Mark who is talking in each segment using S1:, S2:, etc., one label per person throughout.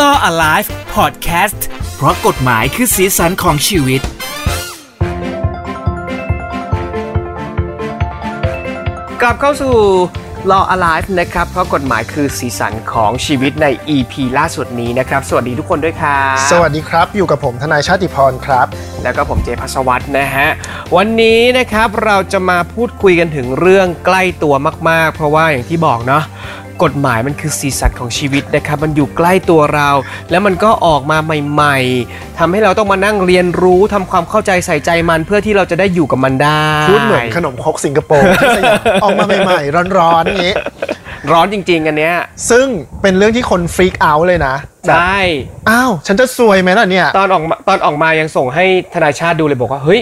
S1: Law Alive Podcast เพราะกฎหมายคือสีสันของชีวิต
S2: กลับเข้าสู่ Law Alive นะครับ เพราะกฎหมายคือสีสันของชีวิตใน EP ล่าสุดนี้นะครับ สวัสดีทุกคนด้วยครับ
S3: สวัสดีครับ อยู่กับผมทนายชาติพรครับ
S2: แล้วก็ผมเจพัสวัตรนะฮะ วันนี้นะครับเราจะมาพูดคุยกันถึงเรื่องใกล้ตัวมาก ๆ เพราะว่าอย่างที่บอกเนาะกฎหมายมันคือสีสันของชีวิตนะครับ มันอยู่ใกล้ตัวเรา แล้วมันก็ออกมาใหม่ ๆทำให้เราต้องมานั่งเรียนรู้ทำความเข้าใจใส่ใจมันเพื่อที่เราจะได้อยู่กับมันได้
S3: พูดเหมือนขนมครกสิงคโป ร์ที่สยามออกมาใหม่ๆ ร้อนๆนี้
S2: ร้อนจริงๆอันเนี้ย
S3: ซึ่งเป็นเรื่องที่คนฟรีกเอาท์เลยนะแบ
S2: ใช
S3: บ่ อ้าว ฉันจะซวยไหมล่ะเนี่ย
S2: ตอนออกมาตอนออกมายังส่งให้ทนายชาติดูเลยบอกว่า เฮ้ย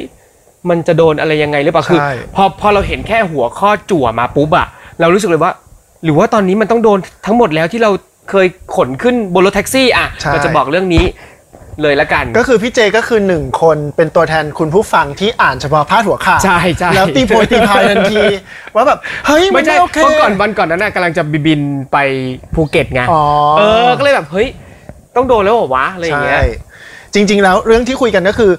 S2: มันจะโดนอะไรยังไงหรือเปล่าคือ
S3: ใช่
S2: พอพอเราเห็นแค่หัวข้อจั่วมาปุ๊บอะเรารู้สึกเลยว่า หรือว่าตอนนี้มันต้องโดนทั้งหมดแล้วที่เราเคยขนขึ้นบนรถแท็กซี่อะเราจะบอกเรื่องนี้เลยละกัน
S3: ก็คือพี่เจก็คือหนึ่งคนเป็นตัวแทนคุณผู้ฟังที่อ่านเฉพาะพาดหัวข่าว
S2: ใช่ใช่
S3: แล้วตีโพยตีพายทันที ว่าแบบ เฮ้ยมั
S2: ไม่
S3: น
S2: ใช่
S3: ไม่โอเค
S2: เมื่อก่อนวันก่อนนั้นน่ะกำลังจะบินไปภูเก็ตไง
S3: อ๋อ
S2: เออก็เลยแบบเฮ้ยต้องโดนแล้วเหรอวะอะไรอย่างเงี้ย
S3: ใช่จริงๆแล้วเรื่องที่คุยกันก็คือ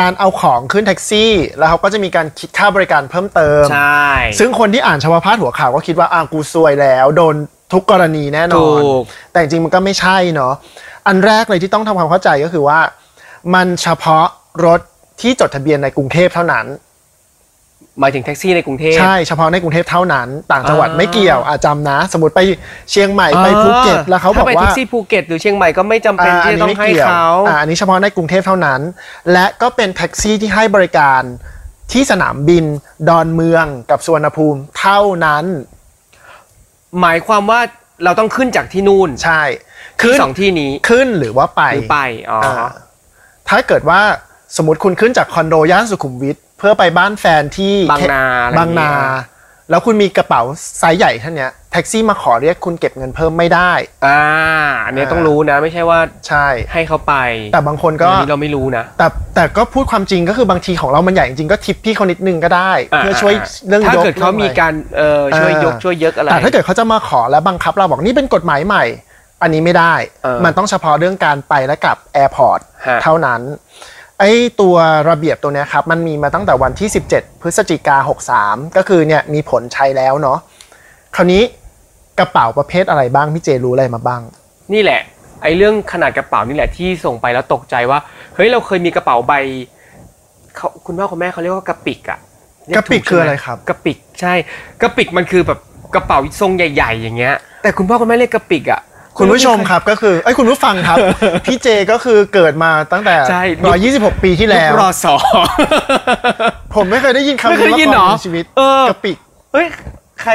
S3: การเอาของขึ้นแท็กซี่ แล้วเขาก็จะมีการคิดค่าบริการเพิ่มเติม
S2: ใช่
S3: ซึ่งคนที่อ่านเฉพาะพาดหัวข่าวก็คิดว่าอ่ากูซวยแล้ว โดนทุกกรณีแน่น
S2: ถู
S3: อน
S2: ก
S3: แต่จริงๆมันก็ไม่ใช่เนาะอันแรกเลยที่ต้องทำความเข้าใจก็คือว่า มันเฉพาะรถที่จดทะเบียนในกรุงเทพเท่านั้น
S2: หมายถึงแท็กซี่ในกรุงเทพ
S3: ใช่เฉพาะในกรุงเทพเท่านั้น ต่างจังหวัด
S2: อ่า
S3: ไม่เกี่ยวอาจำนะ สมมติไปเชียงใหม่ไปภูเก็ตแล้วเขาบอก
S2: ถ้ไปแท็
S3: ว่า
S2: กซี่ภูเก็ตหรือเชียงใหม่ก็ไม่จำเป็นที่จะต้องให้เขา
S3: อ่าอันนี้เฉพาะในกรุงเทพเท่านั้น และก็เป็นแท็กซี่ที่ให้บริการที่สนามบิน ดอนเมืองกับสุวรรณภูมิเท่านั้น
S2: หมายความว่าเราต้องขึ้นจากที่นู่น
S3: ใช่
S2: ที่
S3: ขึ้น
S2: สองที่นี้
S3: ขึ้นหรือว่าไป
S2: หรือไปอ๋ออา
S3: ถ้าเกิดว่าสมมติคุณขึ้นจากคอนโดย่านสุขุมวิทเพื่อไปบ้านแฟนที่
S2: บางนาอะไร
S3: บางนา
S2: อย่เย
S3: แล้วคุณมีกระเป๋าไซส์ใหญ่เท่าเนี้ยแท็กซี่มาขอเรียกคุณเก็บเงินเพิ่มไม่ได้
S2: อ่าอันนี้
S3: อ่า
S2: ต้องรู้นะ ไม่ใช่ว่า
S3: ใช่
S2: ให้เขาไป
S3: แต่บางคนก็
S2: อันนี้เราไม่รู้นะ
S3: แต่แต่ก็พูดความจริงก็คือบางทีของเรามันใหญ่จริงๆก็ทิปพี่เขานิดนึงก็ได้ เพื่อช่วยเรื่องยก
S2: ถ้าเกิดเขามีการเอ่อช่วยยกช่วยเยกอะไร
S3: แต่ถ้าเกิดเขาจะมาขอแล้วบังคับเราบอกนี่เป็นกฎหมายใหม่ อันนี้ไม่ได้
S2: เออ
S3: มันต้องเฉพาะเรื่องการไปและกลับแอร์พอร์ต
S2: ฮะ
S3: เท่านั้นไอ้ตัวระเบียบตัวเนี้ยครับ มันมีมาตั้งแต่วันที่ 17 พฤศจิกา63 ก็คือเนี่ยมีผลใช้แล้วเนาะคราวนี้กระเป๋าประเภทอะไรบ้างพี่เจรู้อะไรมาบ้าง
S2: นี่แหละ ไอ้เรื่องขนาดกระเป๋านี่แหละที่ส่งไปแล้วตกใจว่าเฮ้ยเราเคยมีกระเป๋าใบเขาคุณพ่อคุณแม่เขาเรียกว่ากระปิกอะเย
S3: กระปิก
S2: ถู
S3: คือ
S2: ใช่หม
S3: อะไรครับ
S2: กระปิกใช่ กระปิกมันคือแบบกระเป๋าทรงใหญ่ ๆ อย่างเงี้ย แต่คุณพ่อคุณแม่เรียกกระปิกอะ
S3: คุณผู้ชมครับก็คือไอ้ยคุณผู้ฟัง ครับ พี่เจก็คือเกิดมาตั้งแต่
S2: ใช่
S3: ร้อยยี่สิบหกปีที่แล้ว
S2: รอสอ
S3: ผมไม่เคยได้ยินคำ
S2: ไม่
S3: นี้
S2: เคยได้ยิน
S3: มา
S2: เหร
S3: ก่
S2: อ
S3: อนในชีวิต
S2: เออ
S3: กระปิก
S2: เฮ้ย ใคร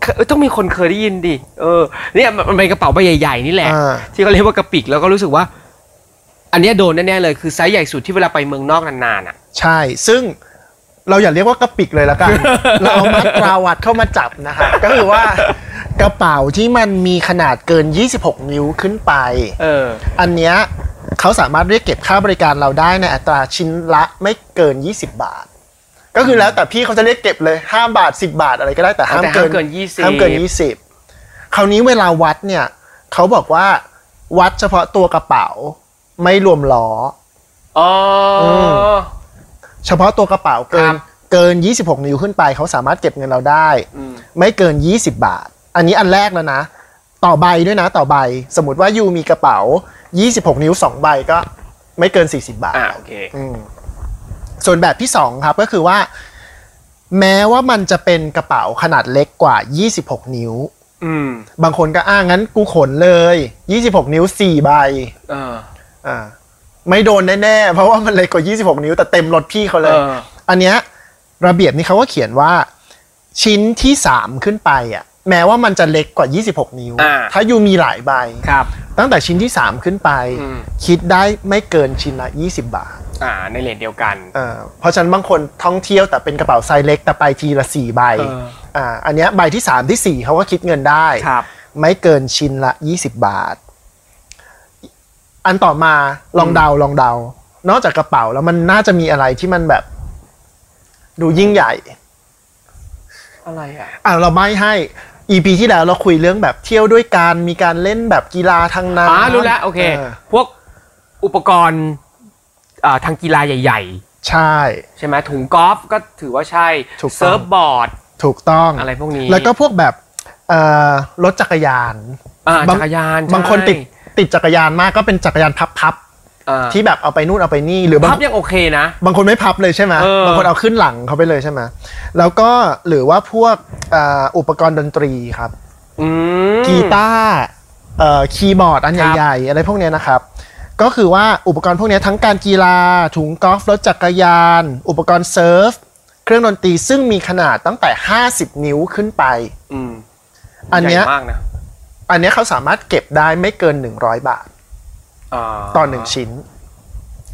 S2: เคเอ้ยต้องมีคนเคยได้ยินดิ เออ เนี่ยมันมันเป็นกระเป๋าใบใหญ่ๆนี่แหละ
S3: อ่า
S2: ที่เขาเรียกว่ากระปิกแล้วก็รู้สึกว่า อันเนี้ยโดนแน่ๆเลยคือไซส์ใหญ่สุดที่เวลาไปเมืองนอกนานๆอ่ะ
S3: ใช่ ซึ่งเราอย่าเรียกว่ากระปิกเลยละ กัน เราเอามัดกราวัดเข้ามาจับนะครับ ก็คือว่ากระเป๋าที่มันมีขนาดเกิน 26 นิ้วขึ้นไป
S2: เออ
S3: อันเนี้ยเขาสามารถเรียกเก็บค่าบริการเราได้ในอัตราชิ้นละไม่เกิน 20 บาท ก็คือแล้วแต่พี่เขาจะเรียกเก็บเลย5บาท 10 บาทอะไรก็ได้แต่ห้าม
S2: แต่
S3: เกิ
S2: ห้าม
S3: น
S2: เกิน20
S3: ห้ามเกิน 20 คราวนี้เวลาวัดเนี่ยเขาบอกว่าวัดเฉพาะตัวกระเป๋าไม่รวมล้อ
S2: อ๋ออ
S3: ม เฉพาะตัวกระเป๋าเกิ
S2: ครั
S3: น
S2: บ
S3: เกิน 26 นิ้วขึ้นไปเขาสามารถเก็บเงินเราได้
S2: อืม
S3: ไม่เกิน 20 บาท อันนี้อันแรกแล้วนะ ต่อใบด้วยนะ ต่อใบ สมมติว่ายูมีกระเป๋า 26 นิ้ว 2 ใบก็ไม่เกิน 40 บาท
S2: อ่าโอเค
S3: อืมส่วนแบบที่ 2 ครับก็คือว่า แม้ว่ามันจะเป็นกระเป๋าขนาดเล็กกว่า 26 นิ้ว
S2: อืม
S3: บางคนก็อ้างงั้นกูขนเลย 26 นิ้ว 4 ใบ
S2: เออ
S3: อ่าไม่โดนแน่ๆ เพราะว่ามันเล็กกว่า 26 นิ้วแต่เต็มรถพี่เขา
S2: เอ
S3: เลย
S2: อ
S3: อันเนี้ยระเบียบนี้เขาก็เขียนว่าชิ้นที่ 3 ขึ้นไปอ่ะแม้ว่ามันจะเล็กกว่า 26 นิ้ว
S2: อ่า
S3: ถ้ายูมีหลายใบ
S2: ครับ
S3: ตั้งแต่ชิ้นที่ 3 ขึ้นไป
S2: อืม
S3: คิดได้ไม่เกินชิ้นละ 20 บาท
S2: อ่า ในเลนเดียวกัน
S3: เอ่อเพราะฉะนั้นบางคนท่องเที่ยวแต่เป็นกระเป๋าไซส์เล็กแต่ไปทีละ 4 ใบ
S2: เออ
S3: อ่าอันเนี้ยใบที่ 3 ทีสี่4 เขาก็คิดเงินได้
S2: ครับ
S3: ไม่เกินชิ้นละ 20 บาท อันต่อมาลองเดาลองเดา นอกจากกระเป๋าแล้วมันน่าจะมีอะไรที่มันแบบ ดูยิ่งใหญ่
S2: อะไรอ่ะ
S3: อ่ะเราไม่ให้ EP ที่แล้วเราคุยเรื่องแบบเที่ยวด้วยกันมีการเล่นแบบกีฬาทางน้ำ
S2: อ๋อรู้แล้วโอเค
S3: อ
S2: พวกอุปกรณ์อ่าทางกีฬาใหญ่
S3: ใช่
S2: ๆ ใช่ไหมถุงกอล์ฟก็ถือว่าใช่
S3: ถูกต้อง
S2: เซิร์ฟบอร์ด
S3: ถูกต้อง
S2: อะไรพวกนี้
S3: แล้วก็พวกแบบเอ่อรถจักรยาน
S2: อ่า
S3: บาง
S2: จักรยาน
S3: บางคนติดติดจักรยานมากก็เป็นจักรยานพับๆ
S2: ที่
S3: ที่แบบเอาไปนู่นเอาไปนี่หรือบาง
S2: พับยังโอเคนะ
S3: บางคนไม่พับเลยใช่ไหม
S2: เออ
S3: บางคนเอาขึ้นหลังเขาไปเลยใช่ไหมแล้วก็หรือว่าพวกเอ่ออุปกรณ์ดนตรีครับ
S2: อืม
S3: กีตาร์เอ่อคีย์บอร์ดอันใหญ่ๆ อะไรพวกเนี้ยนะครับ ก็คือว่าอุปกรณ์พวกเนี้ยทั้งการกีฬา ถุงกอล์ฟรถจักรยาน อุปกรณ์เซิร์ฟ เครื่องดนตรีซึ่งมีขนาดตั้งแต่ 50 นิ้วขึ้นไป
S2: อืม
S3: อันเนี้ย
S2: ใหญ่มากนะ
S3: อันเนี้ยเขาสามารถเก็บได้ไม่เกิน 100 บาท
S2: า
S3: ต่อหนึ่งชิ้น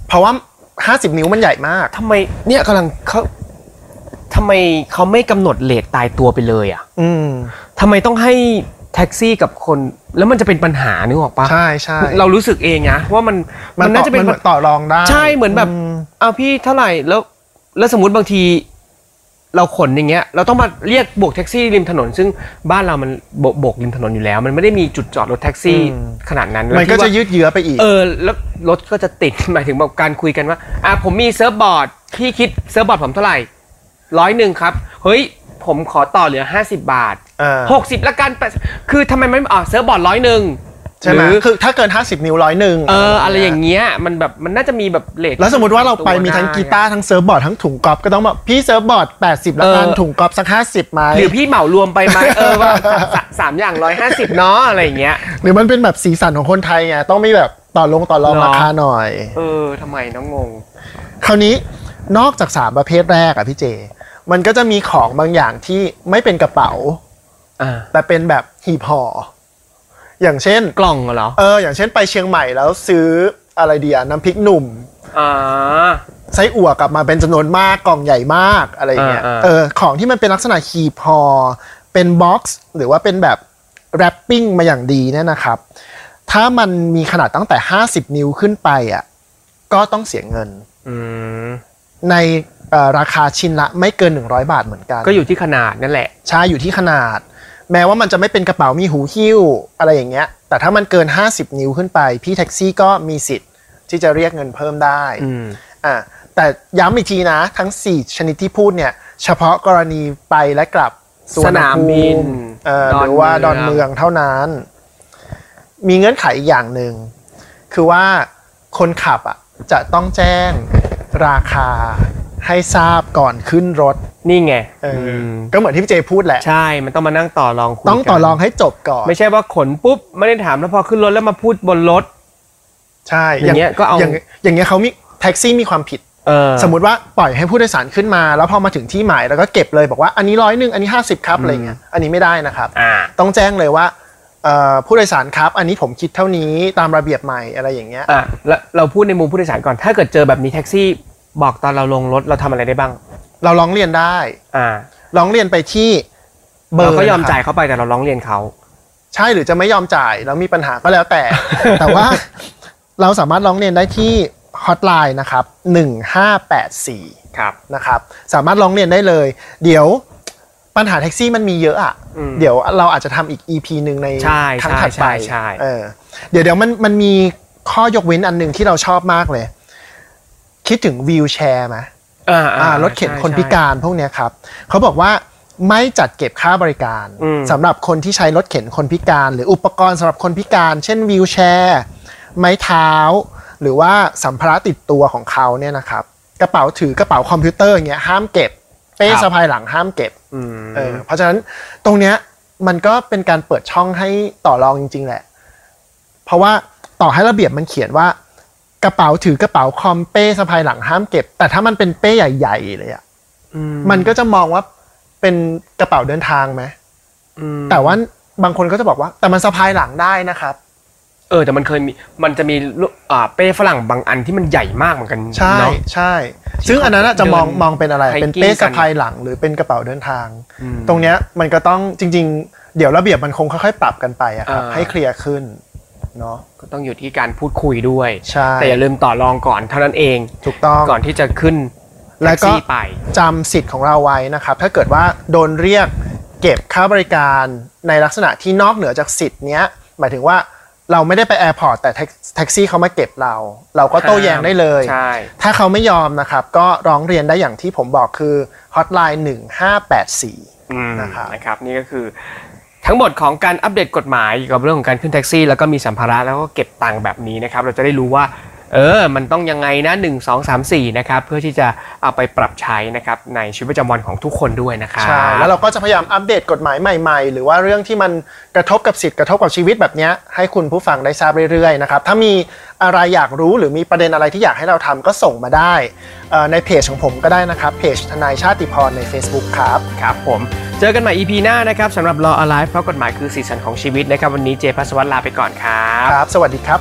S3: เพราะว่า 50 นิ้วมันใหญ่มาก
S2: ทำไมเนี่ยกำลังเขาทำไมเขาไม่กำหนดเลทตายตัวไปเลยอ่ะ
S3: อืม
S2: ทำไมต้องให้แท็กซี่กับคน แล้วมันจะเป็นปัญหานึกออกปะ
S3: ใช่ใช่
S2: เรารู้สึกเองนะว่ามัน
S3: มัน
S2: น่า
S3: น่า
S2: จะ
S3: จะ
S2: เป็
S3: เป็นนต่อรองได้
S2: ใช่เหมือนแบบ
S3: ม
S2: เอาพี่เท่าไหร่แล้ว แล้วสมมติบางที เราขนอย่างเงี้ย เราต้องมาเรียกโบกแท็กซี่ริมถนน ซึ่งบ้านเรามันโบโบกริมถนนอยู่แล้ว มันไม่ได้มีจุดจอดรถแท็กซี่ขนาดนั้น
S3: มันก็
S2: แล้วที่
S3: จะ
S2: ว่า
S3: ยืดเยื้อไปอีก
S2: เออแล้วรถก็จะติด หมายถึงแบบการคุยกันว่าอ่ะผมมีเซิร์ฟบอร์ดพี่คิดเซิร์ฟบอร์ดผมเท่าไหร่ร้อยหนึ่งครับ เฮ้ย ผมขอต่อเหลือ 50 บาท
S3: เออ
S2: หกสิบละกันแปดคือทำไมมันอ๋อเซิร์ฟบอร์ดร้อยหนึ่ง
S3: ใช่ไหม
S2: รือ
S3: คือถ้าเกิน 50 นิ้วร้อยหนึ่ง
S2: เอออะไรอย่างเงี้ยมันแบบมันน่าจะมีแบบเลท
S3: แล้วสมมติว่าเราไปมีทั้งกีตาร์ทั้งเซิร์ฟบอร์ดทั้งถุงกอล์ฟก็ต้องแบบพี่เซิร์ฟบอร์ด 80 แล้วกัน
S2: เออ
S3: ถุงกอล์ฟสัก 50ไหม
S2: หรือพี่เหมารวมไปไหมเออว่าสะสามอย่างร้อยห้าสิบเนาะอะไรอย่างเงี้ย
S3: หรือมันเป็นแบบสีสันของคนไทยไงต้องมีแบบต่อลงต่อรอง
S2: เหรอ
S3: ราคาหน่อย
S2: เออทำไมน้องงง
S3: คราวนี้นอกจาก 3 ประเภทแรกอะพี่เจ มันก็จะมีของบางอย่างที่ไม่เป็นกระเป๋า
S2: อ่า
S3: แต่เป็นแบบหีบห่ออย่างเช่น
S2: กล่องเหรอ
S3: เอออย่างเช่นไปเชียงใหม่แล้วซื้ออะไรเดียน้ำพริกหนุ่ม
S2: อ่า
S3: ไส้อั่วกลับมาเป็นจำนวนมากกล่องใหญ่มากอะไรอย่างเงี้ย
S2: อ่าๆ
S3: เออของที่มันเป็นลักษณะคีบพอเป็นบ็อกซ์หรือว่าเป็นแบบแรปปิ้งมาอย่างดีเนี่ยนะครับ ถ้ามันมีขนาดตั้งแต่ 50 นิ้วขึ้นไปอ่ะก็ต้องเสียเงิน
S2: อืม
S3: ในเอ่อราคาชิ้นละไม่เกิน 100 บาทเหมือนกัน
S2: ก็อยู่ที่ขนาดนั่นแหละ
S3: ใช่อยู่ที่ขนาด แม้ว่ามันจะไม่เป็นกระเป๋ามีหูหิ้วอะไรอย่างเงี้ย แต่ถ้ามันเกิน 50 นิ้วขึ้นไป พี่แท็กซี่ก็มีสิทธิ์ที่จะเรียกเงินเพิ่มได้
S2: อืม
S3: อ่ะแต่ย้ำอีกทีนะทั้ง 4 ชนิดที่พูดเนี่ย เฉพาะกรณีไปและกลับสุวรรณ
S2: สนาม
S3: ภู
S2: บิน
S3: เอ่อ
S2: ดอน
S3: หรือว่า
S2: เมือง
S3: ดอนเมืองเท่านั้น มีเงื่อนไขอีกอย่างหนึ่ง คือว่าคนขับอ่ะจะต้องแจ้งราคาให้ทราบก่อนขึ้นรถ
S2: นี่ไง
S3: เอออ
S2: ม
S3: ก็เหมือนที่พี่เจพูดแหละ
S2: ใช่ มันต้องมานั่งต่อรองคุยกัน
S3: ต้องต่อรองให้จบก่อน
S2: ไม่ใช่ว่าขนปุ๊บ ไม่ได้ถามแล้วพอขึ้นรถแล้วมาพูดบนรถ
S3: ใช่
S2: อย่างเงี้ยก็เอา
S3: ย่างอย่างเงี้ยเขามีแท็กซี่มีความผิด
S2: เออ
S3: สมมติว่าปล่อยให้ผู้โดยสารขึ้นมา แล้วพอมาถึงที่หมายแล้วก็เก็บเลยบอกว่าอันนี้ร้อยหนึ่งอันนี้ 50 ครับอะไรเงี้ยอันนี้ไม่ได้นะครับ
S2: อ่า
S3: ต้องแจ้งเลยว่าเอ่อผู้โดยสารครับ อันนี้ผมคิดเท่านี้ตามระเบียบใหม่อะไรอย่างเงี้ย
S2: อ่ะแล้วเราพูดในมุมผู้โดยสารก่อน ถ้าเกิดเจอแบบนี้แท็กซี่บอกตอนเราลงรถเราทำอะไรได้บ้าง
S3: เราร้องเรียนได้
S2: อ่า
S3: ร้องเรียนไปที่เบอร์
S2: เราก็ยอม
S3: นะครับ
S2: จ่ายเขาไปแต่เราร้องเรียนเขา
S3: ใช่หรือจะไม่ยอมจ่ายแล้วมีปัญหาก็แล้ว แต่ แต่ว่าเราสามารถร้องเรียนได้ที่ฮอตไลน์นะครับ1584
S2: ครับ
S3: นะครับสามารถร้องเรียนได้เลย เดี๋ยวปัญหาแท็กซี่มันมีเยอะอะ่ะ
S2: อืม
S3: เดี๋ยวเราอาจจะทำอีก EP หนึ่งใน
S2: ใช่
S3: ครั้งถัดไป
S2: ใช่ใช่ใช่
S3: เออเดี๋ยวเดี๋ยวมันมันมีข้อยกเว้นอันหนึ่งที่เราชอบมากเลย คิดถึงวีลแชร์ไหม
S2: อ่า
S3: อ่ารถเข็นคนพิ
S2: ร
S3: การพวกเนี้ยครับ เขาบอกว่าไม่จัดเก็บค่าบริการ
S2: อืม
S3: สำหรับคนที่ใช้รถเข็นคนพิการ หรืออุปกรณ์สำหรับคนพิการ เช่นวีลแชร์ ไม้เท้า หรือว่าสัมภาระติดตัวของเขาเนี่ยนะครับ กระเป๋าถือกระเป๋าคอมพิวเตอร์อย่างเงี้ยห้ามเก็บ เป้
S2: ครับ
S3: สะพายหลังห้ามเก็บ
S2: อืม
S3: เออเพราะฉะนั้นตรงเนี้ยมันก็เป็นการเปิดช่องให้ต่อรองจริง ๆ แหละ เพราะว่าต่อให้ระเบียบมันเขียนว่า กระเป๋าถือกระเป๋าคอมเป้สะพายหลังห้ามเก็บ แต่ถ้ามันเป็นเป้ใหญ่ๆเลยอะมันก็จะมองว่าเป็นกระเป๋าเดินทางไหม
S2: อืม
S3: แต่ว่าบางคนก็จะบอกว่า แต่มันสะพายหลังได้นะครับ
S2: เออแต่มันเคยมีมันจะมีลูกอ่าเป้ฝรั่งบางอันที่มันใหญ่มากเหมือนกัน
S3: ใช่
S2: เนาะ
S3: ใช่ ซึ่งอันนั้นอะจะมอง
S2: เดิน
S3: มองเป็นอะไร
S2: hiking
S3: เป็นเป้สะพายหลังหรือเป็นกระเป๋าเดินทาง
S2: อืม
S3: ตรงเนี้ยมันก็ต้องจริง ๆ เดี๋ยวระเบียบมันคงค่อยๆ ปรับกันไปอะครับ
S2: อ่า
S3: ให้เคลียร์ขึ้นเนาะ
S2: ก็ต้องอยู่ที่การพูดคุยด้วย
S3: ใช่
S2: แต่อย่าลืมต่อรองก่อนเท่านั้นเอง
S3: ถูกต้อง
S2: ก่อนที่จะขึ้น
S3: แล้
S2: แท็ก
S3: วก็
S2: ซี่ไป
S3: จำสิทธิ์ของเราไว้นะครับ ถ้าเกิดว่าโดนเรียก เก็บค่าบริการในลักษณะที่นอกเหนือจากสิทธิ์เนี้ยหมายถึงว่าเราไม่ได้ไปแอร์พอร์ตแต่แท็กแท็กซี่เขามาเก็บเรา เราก็โต้แย้งได้เลย
S2: ใช่
S3: ถ้าเขาไม่ยอมนะครับ ก็ร้องเรียนได้อย่างที่ผมบอกคือฮอตไลน์1584
S2: อืม
S3: นะครับ
S2: นะครับนี่ก็คือทั้งหมดของการอัปเดตกฎหมายเกี่ยวกับเรื่องของการขึ้นแท็กซี่ แล้วก็มีสัมภาระแล้วก็เก็บตังค์แบบนี้นะครับ เราจะได้รู้ว่า เออ มันต้องยังไงนะ 1 2 3 4 นะครับ เพื่อที่จะเอาไปปรับใช้นะครับ ในชีวิตประจำวันของทุกคนด้วยนะครับ
S3: ใช่แล้วเราก็จะพยายามอัปเดตกฎหมายใหม่ๆ หรือว่าเรื่องที่มันกระทบกับสิทธิ์กระทบกับชีวิตแบบเนี้ยให้คุณผู้ฟังได้ทราบเรื่อยๆนะครับถ้ามีอะไรอยากรู้หรือมีประเด็นอะไรที่อยากให้เราทำก็ส่งมาได้เอ่อในเพจของผมก็ได้นะครับเพจทนายชาติพรใน Facebook ครับ
S2: ครับผม เจอกันใหม่ EP หน้านะครับสำหรับ Law Alive เพราะกฎหมายคือสีสันของชีวิตนะครับ วันนี้เจพัสวัตรลาไปก่อนครับ
S3: ครับ สวัสดีครับ